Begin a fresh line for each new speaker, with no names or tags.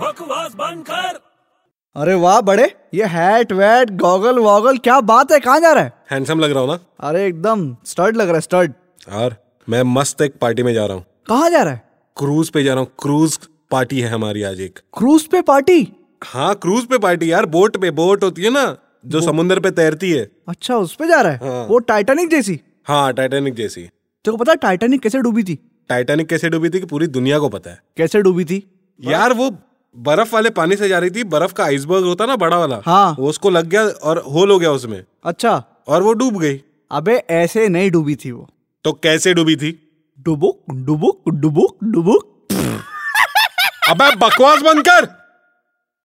बकवास बंद कर
अरे वाह बड़े ये हैट वैट गॉगल वॉगल क्या बात है कहाँ जा रहा है
हैंडसम लग रहा हूँ ना
अरे एकदम स्टर्ड लग रहा है स्टर्ड
और मैं मस्त एक पार्टी में जा रहा हूँ
कहाँ जा रहा है
क्रूज पे जा रहा हूँ क्रूज पार्टी है हमारी आज एक
क्रूज पे पार्टी
हाँ क्रूज पे पार्टी यार बोट पे बोट होती है ना जो समुंदर पे तैरती है
अच्छा उस पे जा रहा है
हाँ।
वो टाइटैनिक जैसी
हाँ टाइटैनिक जैसी
तेरे को पता है टाइटैनिक कैसे डूबी थी
टाइटैनिक कैसे डूबी थी कि पूरी दुनिया को पता है
कैसे डूबी थी
यार वो बर्फ वाले पानी से जा रही थी बर्फ का आइसबर्ग होता ना बड़ा वाला
हाँ।
वो उसको लग गया और होल हो गया उसमें
अच्छा
और वो डूब गई
अबे ऐसे नहीं डूबी थी वो
तो कैसे डूबी थी
डुबुक डुबुक डुबुक डुबुक
अबे बकवास बंद कर